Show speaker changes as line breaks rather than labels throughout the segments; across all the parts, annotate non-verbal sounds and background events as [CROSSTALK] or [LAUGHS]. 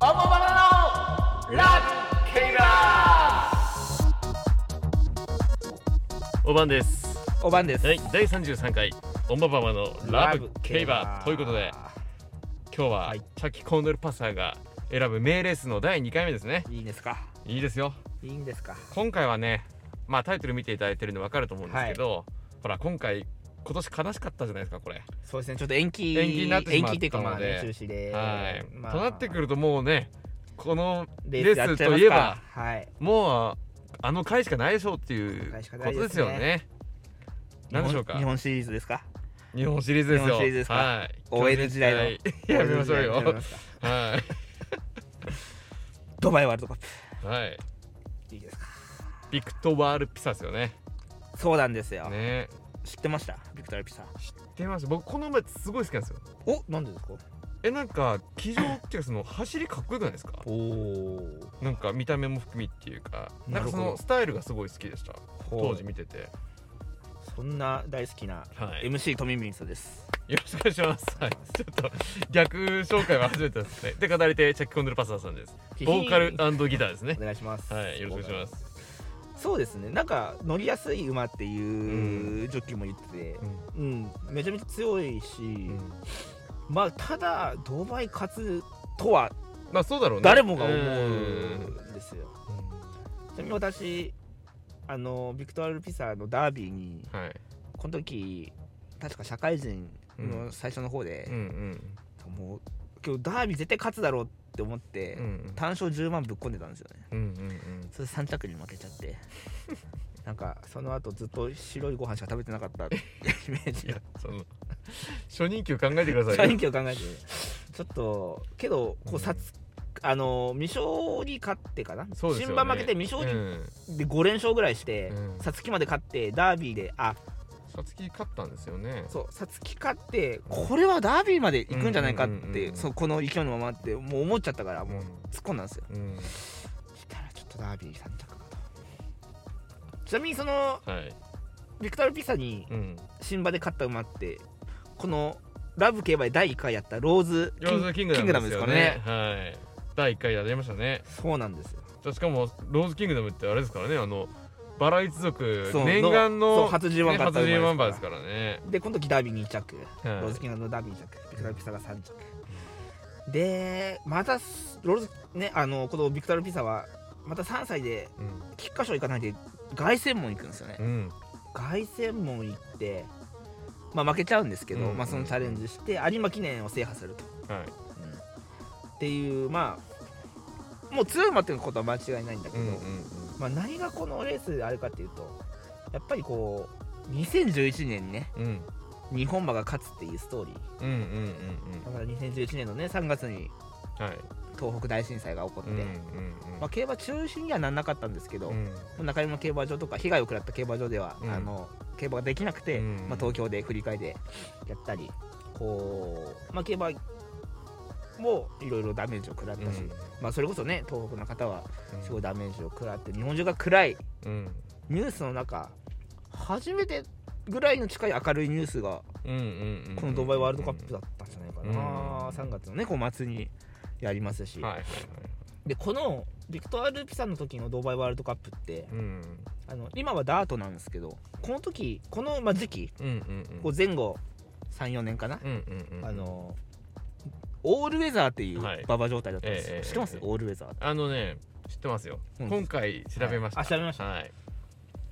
オモバナのラッキーラ
おばんです
おばんです。
はい第33回オンババマのラブケイバーということで今日は、
はい
チャッキーコンドルパサーが選ぶ名レースの第2回目ですね
いいんですか。
いいですよ
いいんですか。
今回はねまあタイトル見ていただいてるの分かると思うんですけど、ほら今回今年悲しかったじゃないですかこれ、
そうですね。ちょっと延期
延期になってしま
延
ったので
期っていうかまあね中止で。
はい、
まあ
となってくるともうねこのレ
レースや
ー
っ
ス
ちゃい
と
ま
い
す
え
か
ば。
はい。
もうあの回しかないでしょうっていう
回しか
こ
ないですね
とですよね何でしょうか
日本シリーズですか。
日本シリーズですよ
日本シリーズですか
はい
OL 時代の
はいやめましょう
やめ
よ
ましょう
は
ドバイワールドカッ
いはい
プ。いいですか。
ビクトワール・ピサですよね
そうなんですよ。
ね
知ってました。ビクトリーピサ。
知ってます僕この馬すごい好きなんですよ
お、なんでですか。
えなんか騎乗っていうかその走りかっこよくないですか
おお。
なんか見た目も含みっていうかなん
なる
かそ
ほ
の
ど
スタイルがすごい好きでした当時見てて
そんな大好きな
はい
MC トミミンソです。
よろしくお願いしますはいちょっと逆紹介は初めてですねで語り手チャッキコンドルパサーさんですボーカルギターですね
お願いします。
はいよろしくお願いします
そうですね。なんか乗りやすい馬っていうジョッキーも言ってて、うん、めちゃめちゃ強いし。
うん
まあただドバイ勝つとは
まあそうだろうね
誰もが思
ん
うんですよ。ちなみに私あのビクトアル・ピサーのダービーに
はい
この時確か社会人の最初の方
う
で、
ん
もう今日ダービー絶対勝つだろうって思って、
うんうん
単勝10万ぶっ込んでたんですよね。
うんうん
それ3着に負けちゃって [LAUGHS] なんかその後ずっと白いご飯しか食べてなかったっ
[LAUGHS]
ていうイメージ
い
が
やそ
[LAUGHS]
の初任給考えてくださ
社
い
員
よ
気を考えてちょっとけどこ
うん
うさつ、あの未勝に勝ってかな、
そうです
新
よね
馬負けて未勝
う
に
ん
で5連勝ぐらいして
うん
皐月、まで勝ってダービーであ
さつき勝ったんですよね
そう皐月勝ってこれはダービーまで行くんじゃないかって、
うんうんうんうん
そうこの勢いのままってもう思っちゃったからもう突っ込んだんですよ
うん
したらちょっとダービー3着かとちなみにその
はい
ビクタル・ピサに
うん
新馬で勝った馬ってこのラブ競馬で第1回やったローズ
ローズキング
キ
ダムですよ
ングダムです
ねはい第1回やりましたね
そうなんですよ
しかもローズキングダムってあれですからねあのバラ一族
そう
念願
そう
の
初
ね
G1 勝った
初
馬
陣
です
マ
から
ンバーですからね
でこの時ダービー2着、
はい
ローズキングのダービー2着ビクタル・ピサが3着でまたローズねあのこのビクタル・ピサはまた3歳で
うん
菊花賞行かないで凱旋門行くんですよね
うん
凱旋門行ってまあ負けちゃうんですけど、
うんうん
まあ、そのチャレンジして有馬記念を制覇すると、
はい
っていうまあもう強い馬っていうことは間違いないんだけ
う
ど、
んうん
まあ、何がこのレースであるかっていうとやっぱりこう2011年にね
うんうん
日本馬が勝つっていうストーリー
うんうんうん
だから2011年のね3月に
うんはい
東北大震災が起こって、
うんうんうん
まあ、競馬中止にはならなかったんですけど、
うん
中山競馬場とか被害を食らった競馬場では、
うん
あの競馬ができなくて、
うん
まあ、東京で振り替えでやったりこう、まあ、競馬もいろいろダメージを食らったし、
うん
まあ、それこそね東北の方は
うん
すごいダメージを食らって日本中が暗い
うん
ニュースの中初めてぐらいの近い明るいニュースが
うんうんうん
このドバイワールドカップだったんじゃないか
うん
な、三3月のねこう末にやりますし、
はいはいはい
でこのビクトアル・ピサの時のドバイワールドカップって
うん
あの今はダートなんですけどこの時この、まあ、時期
うんうんうん
こう前後34年かな、
うんうんうん
あのオールウェザーっていう
はい
馬場状態だったんですよ、
ええ
知ってます、
ええ
オールウェザーって
あのね知ってますよ
うん
今回調べました
はいあ調べました
はい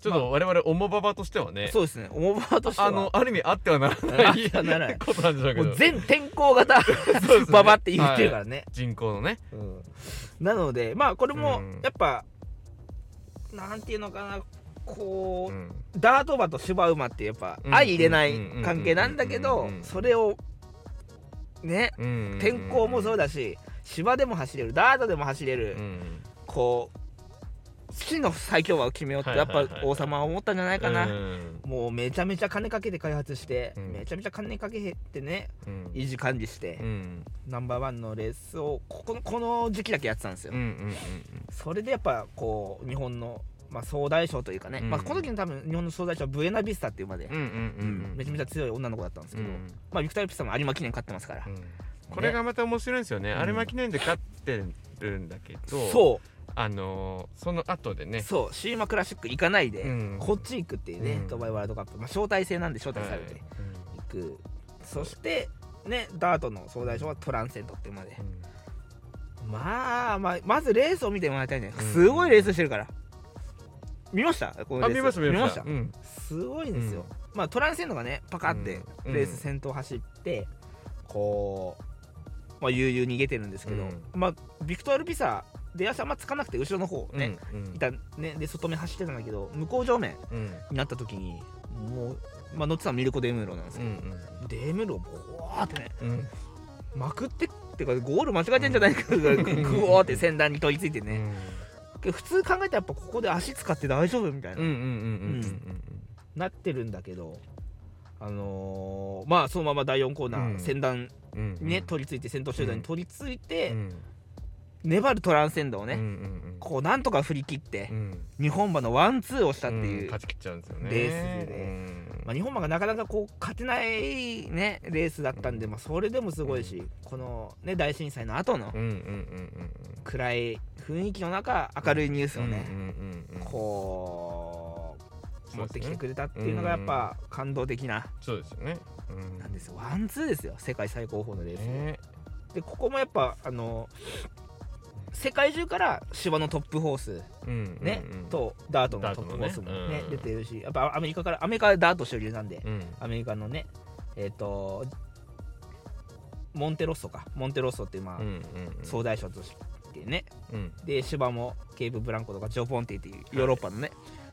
ちょっと我々オモババとしてはね
そうですねオモバーとしては
あのある意味あってはなら
[LAUGHS] あ
な
ってはならないい
ことなんでしょうけ
も
ど
う全天候型
[LAUGHS] そうですね
馬場って言ってるからね、
人口のね
うんなのでまあこれも
うん
やっぱ、なんていうのかなこ
う
う、
ん
ダート馬と芝馬ってやっぱ
うん
相入れない
うん
関係なんだけ
う
ど
んうん
それをね
うんうんうん
天候もそうだし芝でも走れるダートでも走れる
うん
こう真の最強馬を決めようって
はい
や
はい
っ
はいはい
ぱ王様は思ったんじゃないか
う
な。
ん
もうめちゃめちゃ金かけて開発して、
うん
めちゃめちゃ金かけてね
うん
維持管理して
う、ん
ナンバーワンのレースをここのこの時期だけやってたんですよ、
うんうん
それでやっぱこう日本の、まあ、総大将というかね、
うん
まあ、この時の多分日本の総大将はブエナビスタっていう馬で、
うんうんうんうんうん
めちゃめちゃ強い女の子だったんです
う
けど、
ん
まあ、ビクタリー・ピッサも有馬記念勝ってますから、
うんこれがまた面白いんですよね、有馬記念で勝っってるんだけど
そ
あのーその後で
う
ね
そうシーマクラシック行かないで、
うん
こっち行くっていうね、
うん
ドバイワールドカップ、まあ、招待制なんで招待されて行く、そしてねダートの総大賞はトランセントっていうまで
う、ん
まあまあまずレースを見てもらいたいね、
うん
すごいレースしてるから見ましたこ
うん
の
あ
レース
見ました見ました
見
うん
すごいんですよ、まあトランセントがねパカって
うん
レース先頭走って、こうまあ悠々逃げてるんですけど、
うん
まあビクトール・ピサ出足あんまつかなくて後ろの方ね、
うんうん
いたね、で外目走ってたんだけど向こう正面
うん
になった時にもう、まあ、乗ってたのミルコ・デムーロなんです
う
けど、
ん
デムーロボワーってね
うんうん
まくってってかゴール間違えてんじゃないかぐらいグオーって先端に取り付いてね、で普通考えたらやっぱここで足使って大丈夫みたい
うんう
な、
んうんうんうん
なってるんだけどあのーまあそのまま第4コーナー、
うん
先端
うんうんうん
ね取り付いて先頭集団に取り付いて、
うん
粘るトランセンドをね、
うんうん
こうなんとか振り切って
う、ん
日本馬のワンツーをした
だ
っていう、
勝ち切っちゃうんですよね
レースでね
うん
まあ、日本馬がなかなかこう勝てない、ね、レースだったんで、まあ、それでもすごいし、
う
この、ね、大震災の後の
うんうんうんうん
暗い雰囲気の中明るいニュース
う
を
ん
ね、
うんうんうん
こう
そ
持
う
って
ですね
きてくれたっていうのがやっぱ感動的な、
そうですよねうん
なんですよワンツーですよ世界最高峰のレース、
ね
でここもやっぱあの世界中から芝のトップホース、
うん
ね
うんうん
とダートのトップホースも、ね
ダートのねうん
出てるしやっぱアメリカからアメリカはダート主流なんで、
うん
アメリカのねえっ、とモンテロッソかモンテロッソっていうまあ、
うんうんうん
総大賞としてね
うん
で芝もケーブ・ブランコとかジョポンティっていうヨーロッパのね、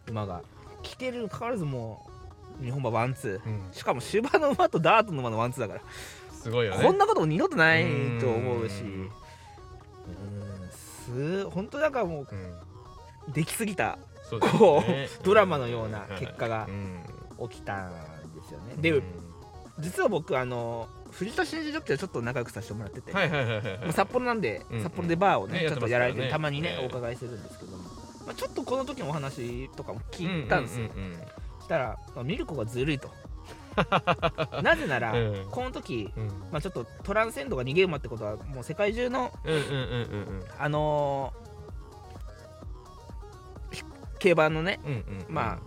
馬が来てるにかかわらずもう日本馬ワンツ
うん
ーしかも芝の馬とダートの馬のワンツーだから、
すごいよね
こんなことも二度とないと思うし
う
うんんす本当なんかも
うん
うできすぎた
そうです
こう、
ね
ドラマのような結果が
うん
起きたんですよね、
う
で
ん
実は僕あの藤田新次ジョッキーとちょっと仲良くさせてもらってて、
はいはいはいはい
ま
は
あ
い
札幌なんで、
うんうん
札幌でバーをね
ね
ちょっとやられて
やって
たま
ますからね
にね、
ええ
お伺いするんですけども、まあ、ちょっとこの時のお話とかも聞いたんですよ、
うううん
したら、まあミルコがずるい
[LAUGHS]
となぜなら、
うん
この時、
うん
まあ、ちょっとトランセンドが逃げ馬ってことはもう世界中の
うんうんうんうんうん
あのーひ競馬のね
うんうんうん
ま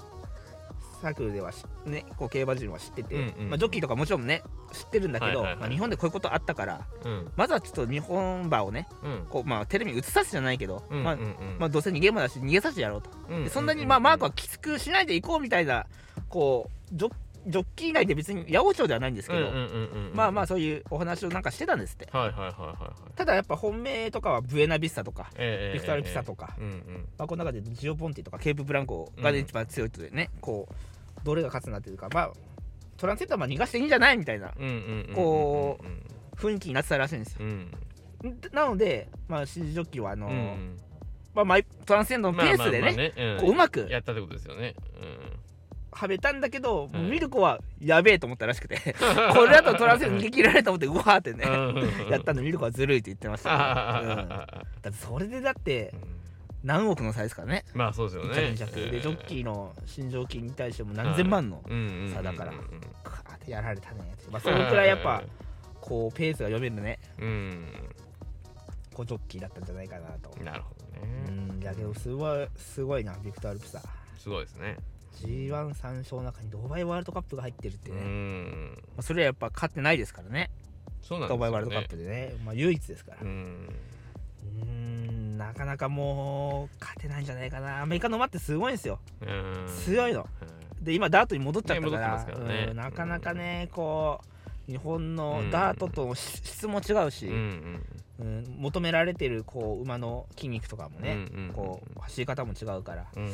サークルではし、ね、こう競馬人は知ってて、
うんうんうん
まあ、ジョッキーとかもちろんね知ってるんだけど、
はいはいはい
まあ、日本でこういうことあったから
うん
まずはちょっと日本馬をね
うん
こう、まあ、テレビに映させじゃないけど、
うん
まあ
うんうん
まあ、どうせ逃げ馬だし逃げさせてやろうと、
う
でそんなに、まあ、マークはきつくしないでいこうみたいなこうジョジョッキー内で別に八百長ではないんですけど、
うんうんうんうんうん
まあまあそういうお話をなんかしてたんですって
はいはいはいはいはい
ただやっぱ本命とかはブエナビスタとか
ええ
ビクタールピサとか、
ええええうん
まあ、この中でジオポンティとかケープブランコがね
うん
一番強いというね、こうどれが勝つなっていうかまあトランセントはまあ逃がしていいんじゃないみたいな
うんうんうんうんうん
こ
うん
雰囲気になってたらしいんですよ
う、ん
なのでまあシージョッキーはあの
う
ー
ん
まあマイ、トランセントのペースでね,、
まあまあまあうん
こううまく
やったってことですよね
はべたんだけど、
うん
ミルコはやべえと思ったらし
[LAUGHS]
くてこれだとトランセント逃げ切られたと思ってうわーってね、 [LAUGHS] やった
ん
んでミルコはずるいって言ってま
[LAUGHS]
したけど、うん、だってそれでだって何億の差ですからね
まあそうですよ
1
ね
人弱でジョッキ
ー
ーの新常金に対しても何千万の差だから
そ
カーってやられたねって、まあ、そのくらいやっぱこうペースが読めるね
うん
こうジョッキーだったんじゃないかなと
なるほど
う
ね
んいやけどすごいすごいなビクター・ルプサ
すごいですね
g 1 3勝の中にドバイワールドカップが入ってるって
う
ね、ま
ん
あ、それはやっぱ勝ってないですからね
そうなんで
ド
すよね
バイワールドカップでね、まあ、唯一ですから
う
うんーんなかなかもう勝てないんじゃないかなアメリカの馬ってすごいんですよ
うん
強いので今ダートに戻っちゃったか
ね戻って
ら,、
ますからね
うんなかなかねこう日本のダートとのし質も違うし、
うんうん
うん求められてるこう馬の筋肉とかもね、
うんうんうん
こう走り方も違うから
うんうん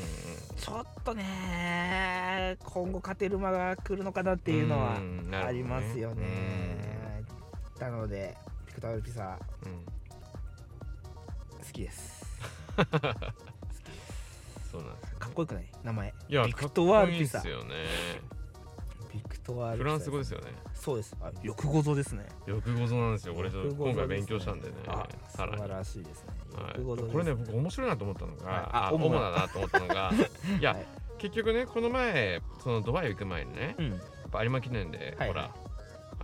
ちょっとね今後勝てる馬が来るのかなっていうのは
うんなるほどね
ありますよね。なのでピクタールピサ
うんうん
好きです。
そうなんですよね
かっこよくない名前
いや
ビクトワールピサ
かっこいいですよね
ビクトワール
フランス語ですすよね
そうですあよくご存知ですね
よくご存なんですよこれちょっと
よくご存
今
知
回勉強したんでね
あ
さら
素
に
晴らしいですね
は
よ
い
くご存知です
これね僕面白いなと思ったの
はい
が
あ
あ
主
主
な
だなと思った
[LAUGHS]
のがいや
はい
結局ねこの前そのドバイ行く前にね
うん
やっぱ有馬記念で
はい
ほら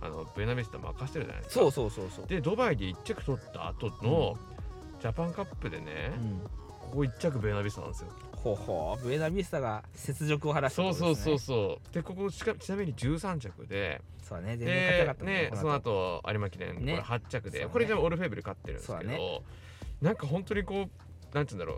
あのベナベスタ任せてるじゃないですか
そうそうそうそう
でドバイで1着取った後のジャパンカップでね、
うん
ここ一着ベナビスタなんですよ
ほうほうブエナビスタが雪辱を晴らした
そうそうそう
そう
そうでここしかちなみに13着で
そうだね全然勝てな
で
かったもん
ね
こ
その
後
後有馬記念こ
ね
れ8着で、
そうね
これでもオルフェーブル勝ってるんです
そ
け
う
ど、
だ
なんか本当にこうなんて言うんだろ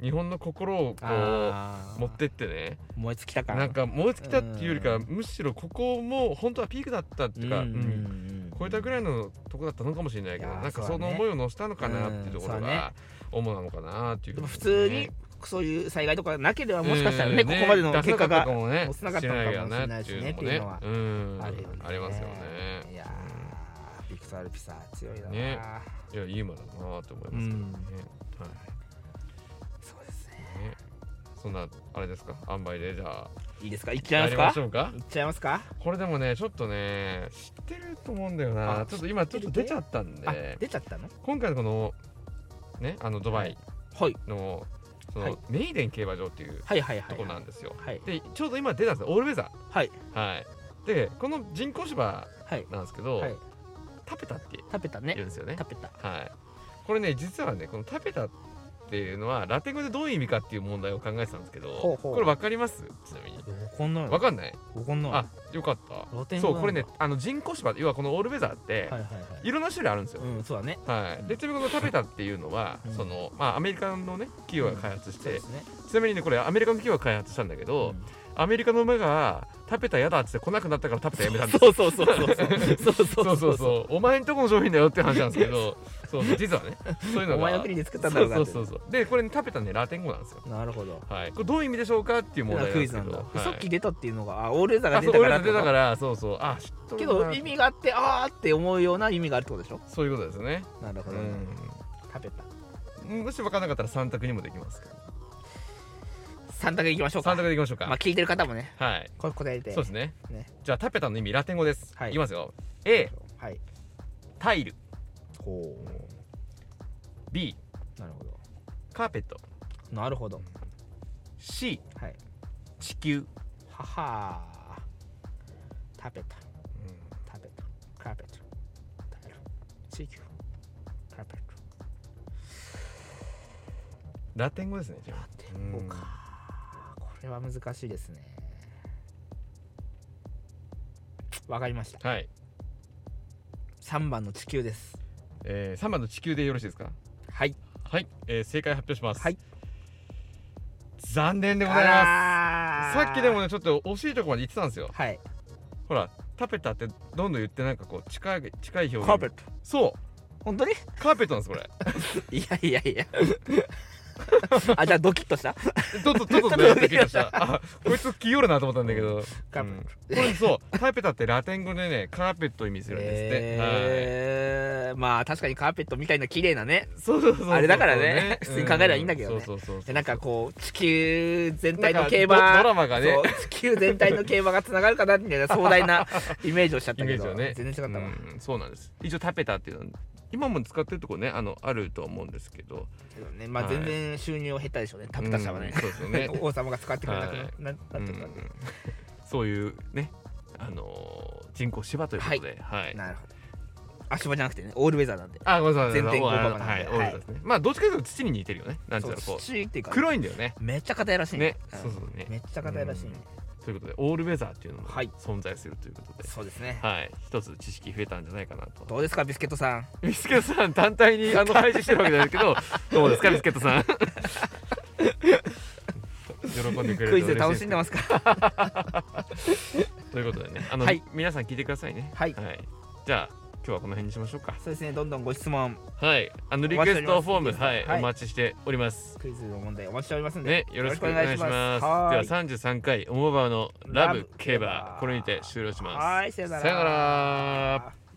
う日本の心をこう
あー
持ってってね
燃え尽きたから
なんか燃え尽きたっていうよりか、
うん
むしろここも本当はピークだったっていうか、うん超えたぐら
い
いのとこだったのかもしれないけ
い
ど
やー
なんか
そ
そう
だ
の
ね
思いを乗せたのかなっていうところ
うんそうだ
が主なのかなっていう
で
ふ
も
うに
普通にそういう災害とかなければもしかしたらね
うん
ここまでの
出せ
結
なか
果が
ったかもね
落ちなかったのかもしれないしね
知ら
っ
な
て
いよな
あ
って
る
いう
よね
のもねうんありますよね
いやービクタールピサー強いな、
ねいやいい馬だなと思いますけどね、はい
そうですね
ねそんなあれですか塩梅でじゃあ
いいですかいっちゃい
や
ます
りま
か
しょうか
いっちゃいますか
これでもねちょっとね知ってると思うんだよな
あ
ちょっと今ちょっと出ちゃったん
あ
で
出ちゃったの
今回のこのねあのドバイ
はい
のその、
はい
メイデン競馬場っていう
はいはいはい
とこなん
で
ですよ、
はい
でちょうど今出たんですオールウェザ
はい
ーはいでこの人工芝
はい
なんですけど、
はい
タペタって
食べた
言う
ね
んですよね
食べた
はいこれね実はねこのタペタっていうのはラテン語でどういう意味かっていう問題を考えてたんですけど
ほうほう
これ分かりますちなみに
こんな
分かんない、
わかんない
あよかった
ラテン語な
そう
んだ
これねあの人工芝要はこのオールウェザーっ
はい
て、い
はいはい
ろんな種類あるんですよ、
うんそうだね
はい、でちなみにこのタペタっていうのは、
うん
そのまあ、アメリカのね企業が開発し
そう
て、
ですね
ちなみにねこれアメリカの企業が開発したんだけど、
うん
アメリカの馬がタペタやだっつって来なくなったからタペタやめたんです
そうそうそうそうそう [LAUGHS] そう
そうそうそうお前んとこの商品だよって話なんですけど
[LAUGHS]
そうそう実はねそういうのが
お前の国で作ったんだろうな
そ
っ
う
て
そうそうそうでこれねタペタねラテン語なんですよ
なるほど
はいこれどういう意味でしょうかっていう問題なん
ク
で
イ
す
ズ
け
なん
ど、
だ
は、
さ
い、
っき出たっていうのがあオールウェザーが
あ
出
そう
たか
俺
ら
ら
って
出
こ
た
と
からそうそうあ知っと
け
るな
ど意味があってあーって思うような意味があるってことでしょ
そういうことですね
なるほ
う
ど、
ん
食べた
もし分からなかったら3択にもできますけど
三択いきましょうか
3択でいきましょうか、
まあ聞いてる方もね
はい
これ答えて
そうですね
ね
じゃあタペタの意味ラテン語です、
はい
いきますよ A
はい
タイル
ほ
B
うなるほど
カーペット
なるほど
C
はい
地球
ははー食べた食べたカーペット食べる地球カーペット
ラテン語ですねじゃあ
そうかこれは難しいですねわかりました
うんはい、
三番の地球です
えー、3番の地球でよろしいですか
はい
はい、えー、正解発表します
はい
残念でございます
さ
さっきでもねちょっと惜しいとこまで言ってたんですよ
はい
ほらタペタってどんどん言ってなんかこう近い近い表現
カーペット
そう
本当に
カーペットなんですこ
[LAUGHS]
れ
いやいやいや。 [LAUGHS] あ、じゃあドキッとした
ちょっとちょっと
ちょっ
ね
と
ドキッとしたあこいつ器用るなと思ったんだけど、
カー
うん
ペッ
こ
ト。
れそうタペタってラテン語でねカーペットを意味するんですって、はい
えーまあ確かにカーペットみたいな綺麗なね。
そうそうそうそう
あれだからね普通に考えればいいんだけどね
うそうそうそう
でなんかこう地球全体
なん
の
か
競
ドド
馬。
ラマがね
そう地球全体の競馬がつながるかなみたいな壮大
[LAUGHS]
なイメージをしちゃっ
イ
た
メ
け
ージ
ど、
はね
全然違ったわ、
うんそうなんです一応タペタっていうのは今も使ってるとこねあのあると思うんですけど
けどねまあ
はい
全然収入を減ったでしょうねタプタ社はね
うん、そうですよね
[LAUGHS] 王様が使ってくれなくな,、
はい
なっちゃったんで、
うんそういうねあのー人工芝ということではい、
なるほど足場じゃなくてねオールウェザーなんで
あごめんなさい
全然
ごめんな
オーバー
さ
なん
い
で
はいオーバーですね、まあどっちかというと土に似てるよねなんていうの
そ
こ
う
う
土っていうか
黒いんだよね
めっちゃ硬いらしい
ね
うん
そうそうね
めっちゃ硬いらしいね、
ということでオールウェザーっていうのも
はい
存在するということで、
そうですね、
はい、一つ知識増えたんじゃないかなと [LAUGHS]
どうですかビスケットさん
ビスケットさん単体にあの配置してるわけじゃないけど
[LAUGHS]
どうですかビスケットさん喜んでくれると嬉しいす
クイズ楽しんでますか [LAUGHS]
ということでねあの、
はい
皆さん聞いてくださいね
はい
じゃあ今日はこの辺にしましょうか
そうですねどんどんご質問
はいあのリクエストフォームはい、
はい
お待ちしております
クイズの問題お待ちしておりますんで、
ねよろしくお願いします
はーい
では33回オモバーのラブ競馬これにて終了します
はーいさよなら
さよなら